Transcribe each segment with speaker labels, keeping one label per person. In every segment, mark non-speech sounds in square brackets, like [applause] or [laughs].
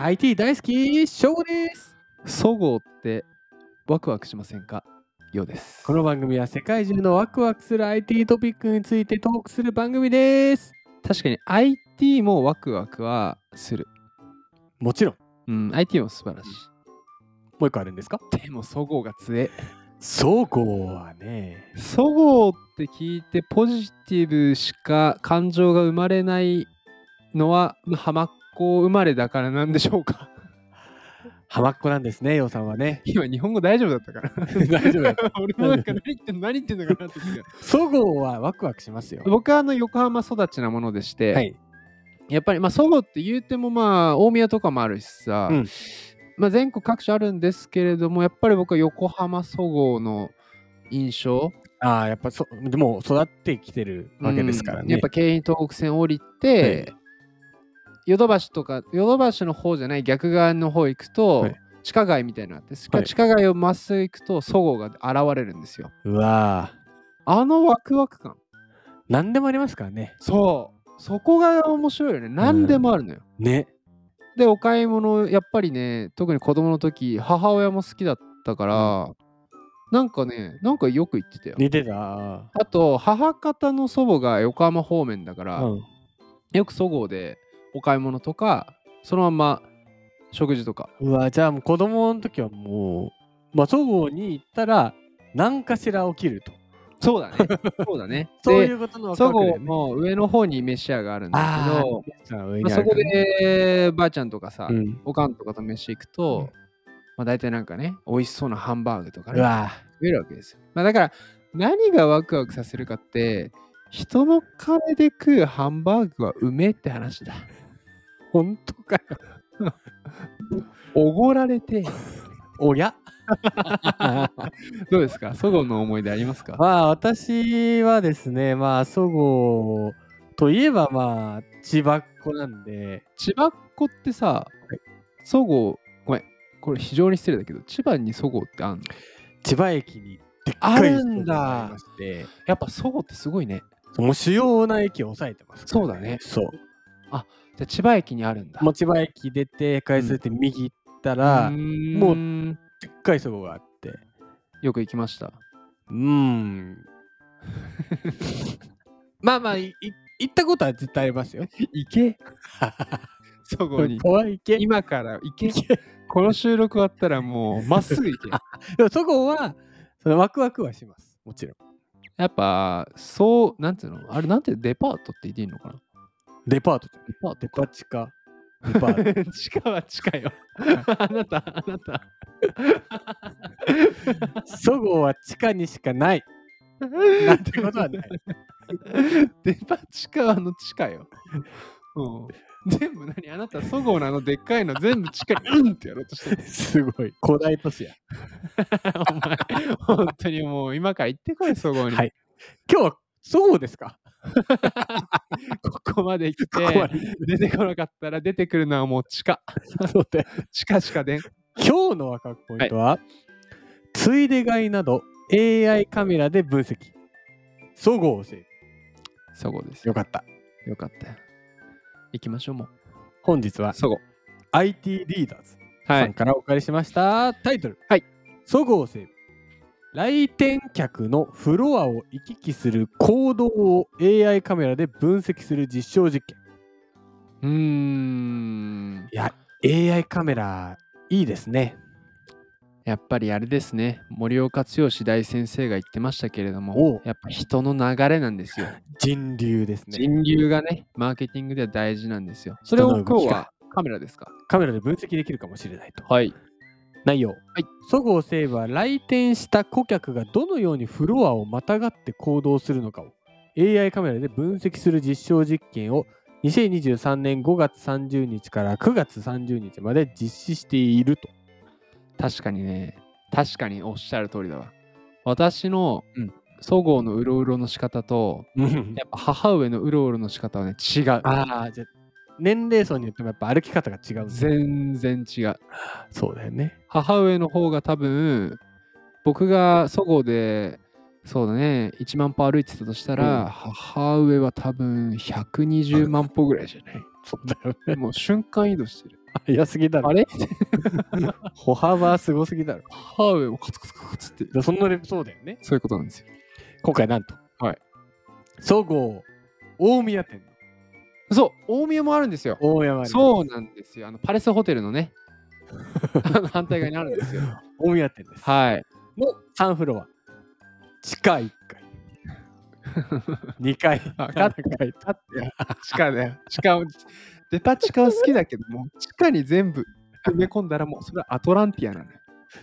Speaker 1: IT 大好きショーです
Speaker 2: そごうってワクワクしませんかようです
Speaker 1: こ。の番組は世界中のワクワクする IT トピックについてトークする番組です
Speaker 2: 確かに IT もワクワクはする。
Speaker 1: もちろん
Speaker 2: うん、IT も素晴らし
Speaker 1: もう一個あるんですか
Speaker 2: い。でもそごうが強え。
Speaker 1: そこはね
Speaker 2: そごうって聞いてポジティブしか感情が生まれないのは浜っ子生まれだからなんでしょうか
Speaker 1: 浜っ子なんですねようさんはね
Speaker 2: [laughs] 今日本語大丈夫だったから
Speaker 1: [laughs] 大丈夫よ
Speaker 2: [laughs] 俺もなんか何言ってんの何言ってんのかなって聞い
Speaker 1: そごはワクワクしますよ
Speaker 2: た僕はあの横浜育ちなものでして、
Speaker 1: はい
Speaker 2: やっぱりまあそごうって言うてもまあ大宮とかもあるしさ、
Speaker 1: うん
Speaker 2: まあ、全国各地あるんですけれどもやっぱり僕は横浜そごうの印象
Speaker 1: ああやっぱそでも育ってきてるわけですから
Speaker 2: うん
Speaker 1: ね
Speaker 2: やっぱ京浜東北線降りて、ヨドバシとかヨドバシの方じゃない逆側の方行くと、
Speaker 1: はい
Speaker 2: 地下街みたいなのあって地下
Speaker 1: はい
Speaker 2: 地下街をまっすぐ行くとそごうが現れるんですよ
Speaker 1: うわー
Speaker 2: あのワクワク感
Speaker 1: 何でもありますからね
Speaker 2: そうそこが面白いよね何でもあるのよ、
Speaker 1: ね
Speaker 2: でお買い物やっぱりね特に子供の時母親も好きだったから、なんかねなんかよく行ってたよ、
Speaker 1: 似てた
Speaker 2: あと母方の祖母が横浜方面だから、
Speaker 1: うん
Speaker 2: よくそごうでお買い物とかそのまんま食事とか
Speaker 1: うわじゃあもう子供の時はもうまあそごうに行ったら何かしら起きると
Speaker 2: そうだね [laughs] そう
Speaker 1: [laughs]
Speaker 2: だね
Speaker 1: そうい
Speaker 2: で
Speaker 1: うことのワク
Speaker 2: そ
Speaker 1: ワクだ
Speaker 2: ご
Speaker 1: よ
Speaker 2: う
Speaker 1: ね
Speaker 2: も上の方に飯屋があるんだけど
Speaker 1: あー上
Speaker 2: ま
Speaker 1: に
Speaker 2: あ
Speaker 1: あ
Speaker 2: そ
Speaker 1: る
Speaker 2: こ
Speaker 1: からね
Speaker 2: でばあちゃんとかさ、
Speaker 1: うん
Speaker 2: おかんとかと飯行くと、まあ、大体なんかね美味しそうなハンバーグとか
Speaker 1: う
Speaker 2: ね
Speaker 1: わ
Speaker 2: 増えるわけですよ。まあ、だから何がワクワクさせるかって人の金で食うハンバーグはうめえって話だ。 [laughs]
Speaker 1: 本当かよ
Speaker 2: おごられて。 [laughs]
Speaker 1: おやま
Speaker 2: どうですかそごうの思い出ありますか
Speaker 1: あ私はですねまあそごうといえばまあ千葉っ子なんで
Speaker 2: 千葉っ子ってさ、そごう、ごめん、これ非常に失礼だけど、千葉にそごうってあんの
Speaker 1: 千葉駅にでっ
Speaker 2: あ
Speaker 1: かい
Speaker 2: る
Speaker 1: そごう
Speaker 2: んだ
Speaker 1: がありまして
Speaker 2: やっぱそごうってすごいね。
Speaker 1: もう主要な駅を抑えてますから
Speaker 2: そうだね
Speaker 1: そう
Speaker 2: じゃあ千葉駅にあるんだ。
Speaker 1: もう千葉駅出て回数って右行ったら、もう
Speaker 2: もう、
Speaker 1: でっかいそごうがあって
Speaker 2: よく行きました。
Speaker 1: うー [laughs] んまあまあいい行ったことは絶対ありますよ
Speaker 2: 行け [laughs] そごうに。
Speaker 1: 怖いけ
Speaker 2: 今から行けこの収録終わったらもうまっすぐ
Speaker 1: [laughs]
Speaker 2: 行け。
Speaker 1: でもそこはそのワクワクはしますもちろん
Speaker 2: やっぱ、そう、なんていうのあれ、なんていうのデパートって言っていいのかな
Speaker 1: デパート
Speaker 2: デパート
Speaker 1: デパ地下デパート
Speaker 2: 地下は地下よ。 [laughs] あなた、あなた。
Speaker 1: そごうは [laughs] 地下にしかないなんてことはない。
Speaker 2: デパ地下はあの地下よ。うん、全部何あなた、そごうのあのでっかいの全部地下にうんってやろうとして
Speaker 1: [laughs]
Speaker 2: る。
Speaker 1: すごい古代都市や
Speaker 2: お前、本当にもう今から行ってこい、そごうに。
Speaker 1: はい今日はそごうですか
Speaker 2: ここまで来
Speaker 1: ここま
Speaker 2: て、
Speaker 1: で
Speaker 2: 出てこなかったら出てくるのはもう地下。
Speaker 1: そうだよ
Speaker 2: 地下しかでん。
Speaker 1: 今日のワクワクポイントは、ついで買いなど AI カメラで分析そごうセール
Speaker 2: そごうですよ。
Speaker 1: よかった
Speaker 2: よかったよ。行きましょう、もう。
Speaker 1: 本日は
Speaker 2: そごう。
Speaker 1: IT リーダーズ
Speaker 2: は
Speaker 1: さん
Speaker 2: い。
Speaker 1: からお借りしました、タイトル
Speaker 2: はい
Speaker 1: そごうセール来店客のフロアを行き来する行動を AI カメラで分析する実証実験
Speaker 2: うーん。
Speaker 1: AI カメラいいですね
Speaker 2: やっぱりあれですね、森岡剛大先生が言ってましたけれど
Speaker 1: おう
Speaker 2: も、やっぱ人の流れな
Speaker 1: [laughs]
Speaker 2: んですよ。
Speaker 1: 人流ですね
Speaker 2: 人流がね、マーケティングでは大事なんですよ。それを今日はカメラですか
Speaker 1: カメラで分析できるかもしれないと
Speaker 2: はい。
Speaker 1: 内容、そごう・西武は来店した顧客がどのようにフロアをまたがって行動するのかを AI カメラで分析する実証実験を2023年5月30日から9月30日まで実施していると。
Speaker 2: 確かにね、確かにおっしゃる通りだわ。私の
Speaker 1: うん
Speaker 2: そごうのうろうろの仕方と、やっぱ母上のうろうろの仕方はね、違う。
Speaker 1: ああ、じゃあ年齢層によってもやっぱ歩き方が違うんだ
Speaker 2: 全然違う。
Speaker 1: そうだよね。
Speaker 2: 母上の方が多分、僕がそごうで、そうだね、1万歩歩いてたとしたら、
Speaker 1: うん
Speaker 2: 母上は多分120万歩ぐらいじゃない。
Speaker 1: そうだよね。
Speaker 2: もう瞬間移動してる。
Speaker 1: [laughs] 早すぎだろ。
Speaker 2: あれ
Speaker 1: 歩幅はすごすぎだろ。
Speaker 2: 母上をカツカツカツって。
Speaker 1: でそんなレベルそうだよね。
Speaker 2: そういうことなんですよ。
Speaker 1: 今回なんと。
Speaker 2: はい。
Speaker 1: そごう大宮店
Speaker 2: そう、大宮もあるんですよ。
Speaker 1: の大宮う
Speaker 2: そうなんですよ。あのパレスホテルの [laughs] ね、あの反対側にあるんですよ。
Speaker 1: 大宮店です。
Speaker 2: はい。
Speaker 1: の3フロア。地下1階。2階。
Speaker 2: あ
Speaker 1: 7階と。
Speaker 2: 地下ね。地下を、デパ地下は好きだけども、地下に全部埋め込んだらもうそれはアトランティアなのよ。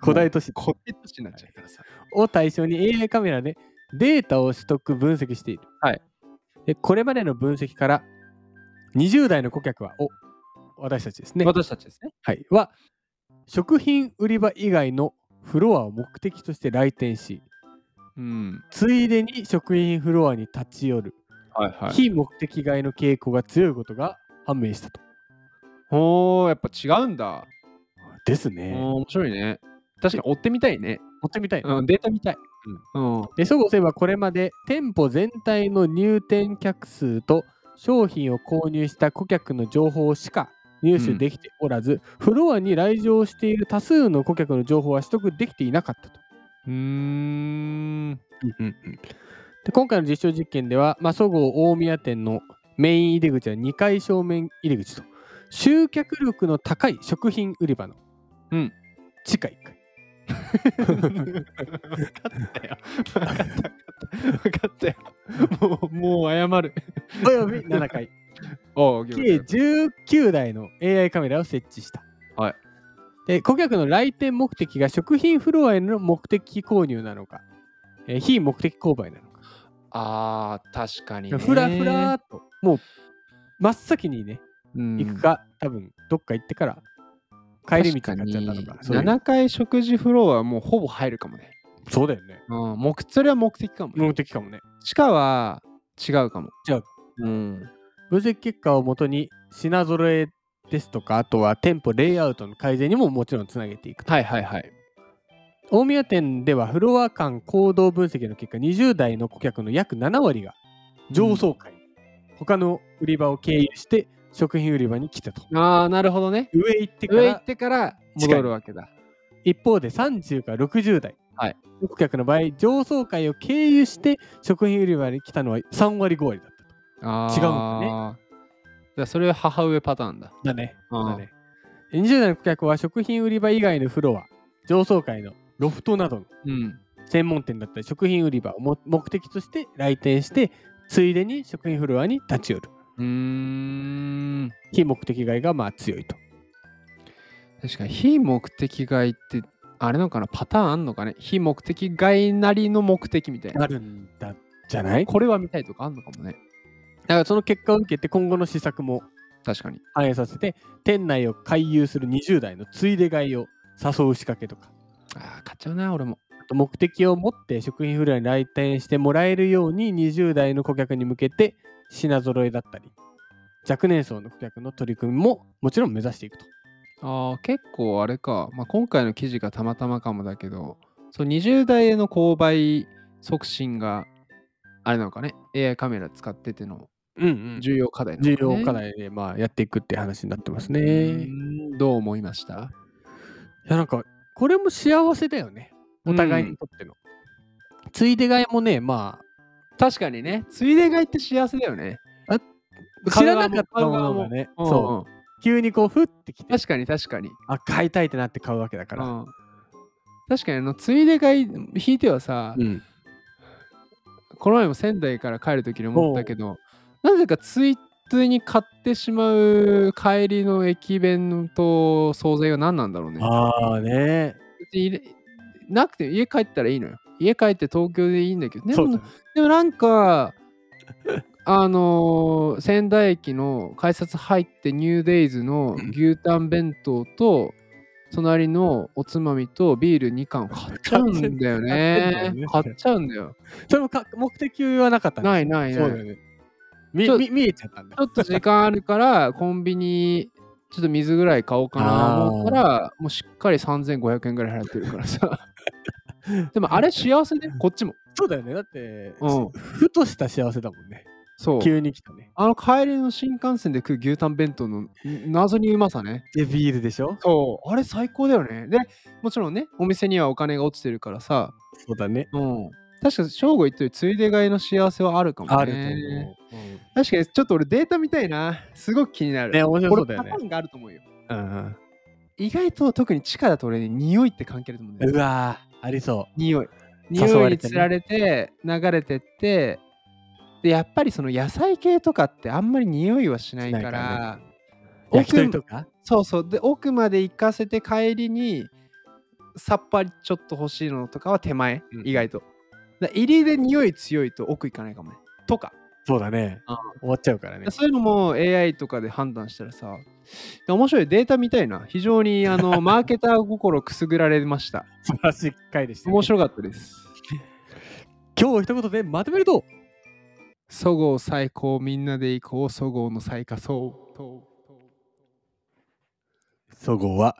Speaker 1: 古代都市
Speaker 2: 古代都市になっちゃうからさ。
Speaker 1: を対象に AI カメラでデータを取得分析している、
Speaker 2: はい
Speaker 1: でこれまでの分析から20代の顧客はお私たちですね、
Speaker 2: 私たちですね。
Speaker 1: はい、は食品売り場以外のフロアを目的として来店し
Speaker 2: うん。
Speaker 1: ついでに食品フロアに立ち寄る、
Speaker 2: はいは。
Speaker 1: 非目的外の傾向が強いことが判明したと
Speaker 2: ほー、やっぱ違うんだ。
Speaker 1: です
Speaker 2: お
Speaker 1: ね
Speaker 2: ー面白いね。確かに追ってみたいね。
Speaker 1: 持ってみたいな、
Speaker 2: うん、データ見たい。うん。うん、
Speaker 1: で、そごせばこれまで店舗全体の入店客数と商品を購入した顧客の情報しか入手できておらず、フロアに来場している多数の顧客の情報は取得できていなかったと。
Speaker 2: うーん。
Speaker 1: で今回の実証実験では、まあ、そごう大宮店のメイン入り口は2階正面入り口と集客力の高い食品売り場の
Speaker 2: うん
Speaker 1: 地下1階。
Speaker 2: 分かったよ。分かった。分かったよ。もう、もう謝る。
Speaker 1: および7階。
Speaker 2: おう、
Speaker 1: 計19台の AI カメラを設置した。
Speaker 2: はい
Speaker 1: で顧客の来店目的が食品フロアへの目的購入なのか、えー非目的購買なのか、
Speaker 2: あー、確かにね。
Speaker 1: ふらふらーっと、もう真っ先にね、
Speaker 2: うん
Speaker 1: 行くか、多分どっか行ってから帰り道になっちゃったのか、
Speaker 2: 確
Speaker 1: そ
Speaker 2: に
Speaker 1: ういう
Speaker 2: 7階食事フロアはもうほぼ入るかもね。
Speaker 1: そうだよね。
Speaker 2: うん、目それは目的かもね。
Speaker 1: 目的かもね。
Speaker 2: 地下は違うかも。
Speaker 1: 違う。
Speaker 2: うん。
Speaker 1: 分析結果をもとに品揃えですとか、あとは店舗レイアウトの改善にももちろんつなげていくと。
Speaker 2: はいはいはい。
Speaker 1: 大宮店ではフロア間行動分析の結果20代の顧客の約7割が上層階、他の売り場を経由して食品売り場に来たと
Speaker 2: あー、なるほどね。
Speaker 1: 上行ってか
Speaker 2: 上行っ
Speaker 1: ら
Speaker 2: てから戻るわけだ。
Speaker 1: 一方で30から60代
Speaker 2: はい
Speaker 1: の顧客の場合上層階を経由して食品売り場に来たのは3割5割だったと
Speaker 2: あ
Speaker 1: 違うんだね
Speaker 2: ね。じゃあそれは母上パターンだ。
Speaker 1: だね
Speaker 2: うん
Speaker 1: だね20代の顧客は食品売り場以外のフロア上層階のロフトなどの
Speaker 2: うん。
Speaker 1: 専門店だったり食品売り場をも目的として来店してついでに食品フロアに立ち寄る
Speaker 2: うーん。
Speaker 1: 非目的外がまあ強いと
Speaker 2: 確かに非目的外ってあれなのかなパターンあんのかね非目的外なりの目的みたいな。
Speaker 1: るんだじゃない
Speaker 2: これは見たいとかあんのかもね。
Speaker 1: だからその結果を受けて今後の施策も
Speaker 2: 確かに。
Speaker 1: 反映させて店内を回遊する20代のついで買いを誘う仕掛けとか
Speaker 2: ああ、買っちゃうな、俺も。
Speaker 1: あと目的を持って食品フロアに来店してもらえるように20代の顧客に向けて品揃えだったり若年層の顧客の取り組みももちろん目指していくと
Speaker 2: ああ、結構あれか。まあ、今回の記事がたまたまかもだけど、そう20代への購買促進があれなのかね ?AI カメラ使ってての
Speaker 1: うんうん
Speaker 2: 重要課題な
Speaker 1: 重
Speaker 2: のかね、
Speaker 1: 要課題でまあやっていくって話になってます
Speaker 2: う
Speaker 1: ね。
Speaker 2: ー
Speaker 1: い
Speaker 2: ん。どう思いました
Speaker 1: やなんかこれも幸せだよねお互いにとっての。ついで買いもねま
Speaker 2: 確かにね、ついで買いって幸せだよね。
Speaker 1: あ知
Speaker 2: 買
Speaker 1: ら
Speaker 2: う側
Speaker 1: なか
Speaker 2: も
Speaker 1: ったものがね
Speaker 2: うん
Speaker 1: そ
Speaker 2: うん
Speaker 1: う急にこうふってきて
Speaker 2: 確かに確かに。
Speaker 1: あ買いたいってなって買うわけだから。
Speaker 2: うん確かにあのついで買い引いてはさ、
Speaker 1: うん
Speaker 2: この前も仙台から帰る時に思ったけどなぜかついでに買ってしまう帰りの駅弁と惣菜は何なんだろうね
Speaker 1: ああね
Speaker 2: 別に入れなくて家帰ったらいいのよ家帰って東京でいいんだけどで
Speaker 1: そう
Speaker 2: もでもなんか [laughs] あのー仙台駅の改札入ってニューデイズの牛タン弁当と隣のおつまみとビール2缶買っちゃうんだよね
Speaker 1: 買
Speaker 2: [laughs] 買
Speaker 1: っ
Speaker 2: っちゃうんだよ
Speaker 1: それもか目的はなかったん
Speaker 2: ないいない
Speaker 1: そ
Speaker 2: な
Speaker 1: う
Speaker 2: い
Speaker 1: だよねみ
Speaker 2: ちょ
Speaker 1: み見えちゃったんだ
Speaker 2: ちょっと時間あるからコンビニちょっと水ぐらい買おうかなと思ったらもうしっかり3500円ぐらい払ってるから
Speaker 1: [laughs]
Speaker 2: さでもあれ幸せねこっちも
Speaker 1: そうだよねだって、
Speaker 2: うん
Speaker 1: ふとした幸せだもんね
Speaker 2: そう
Speaker 1: 急に来たね。
Speaker 2: あの帰りの新幹線で食う牛タン弁当のん謎にうまさね
Speaker 1: で、ビールでしょ
Speaker 2: そうあれ最高だよねでもちろんねお店にはお金が落ちてるからさ
Speaker 1: そうだね。
Speaker 2: うん確かに正吾言ってるついで買いの幸せはあるかもね
Speaker 1: あると思う。うん
Speaker 2: 確かにちょっと俺データ見たいなすごく気になる
Speaker 1: ね面白そうだよね
Speaker 2: 俺パターンがあると思うよ
Speaker 1: うん
Speaker 2: 意外と特に地下だと俺ね匂いって関係あると思うんだ
Speaker 1: う
Speaker 2: よ
Speaker 1: ん、うわーありそ
Speaker 2: 匂い
Speaker 1: 誘
Speaker 2: 匂
Speaker 1: われ
Speaker 2: いに
Speaker 1: てね
Speaker 2: つられて流れてってでやっぱりその野菜系とかってあんまり匂いはしないから
Speaker 1: しないからねう。
Speaker 2: 奥
Speaker 1: 焼き鳥とか
Speaker 2: そうそうで奥まで行かせて帰りにさっぱりちょっと欲しいのとかは手前、
Speaker 1: うん
Speaker 2: 意外とだ入りで匂い強いと奥行かないかもねとか
Speaker 1: そうだね
Speaker 2: うん。
Speaker 1: 終わっちゃうからね。
Speaker 2: そういうのも AI とかで判断したらさ面白いデータみたいな非常にあ
Speaker 1: [laughs]
Speaker 2: のマーケター心くすぐられました
Speaker 1: 素晴らしい回でした、ね。
Speaker 2: 面白かったです
Speaker 1: 今日を一言でまとめると
Speaker 2: そごう最高みんなで行こうそごうの最下層と
Speaker 1: そごうは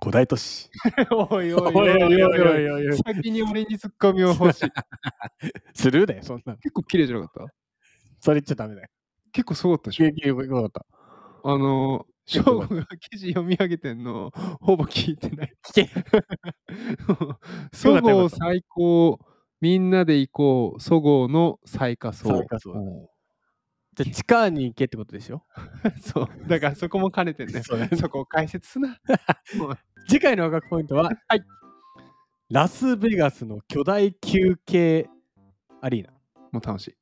Speaker 1: 古代都市。
Speaker 2: おいおいおいおいおいおい
Speaker 1: おいおい
Speaker 2: 先に俺にツッコミを
Speaker 1: [laughs]
Speaker 2: 欲しい
Speaker 1: スルーだよ、そんなの。
Speaker 2: 結構綺麗じゃなかった
Speaker 1: それ言っちゃダメだよ。
Speaker 2: 結構すごかったでしょ
Speaker 1: 急によかった。
Speaker 2: あの、
Speaker 1: 結
Speaker 2: 翔
Speaker 1: 構
Speaker 2: 吾が記事読み上げてんの、ほぼ聞いてない。
Speaker 1: 聞け。
Speaker 2: そごう最高、みんなで行こう、そごうの最下層。
Speaker 1: 最下層じゃあ地下に行けってことでしょ
Speaker 2: [laughs] そう、だからそこも兼ねてんね。
Speaker 1: そうね
Speaker 2: そこを解説すな。もう
Speaker 1: 次回のワクワクポイントは、
Speaker 2: はい、
Speaker 1: ラスベガスの巨大休憩アリーナ。
Speaker 2: もう楽しい。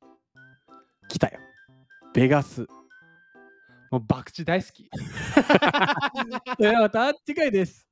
Speaker 1: 来たよ。ベガス。
Speaker 2: もう博打大好き。
Speaker 1: ではまた次回です。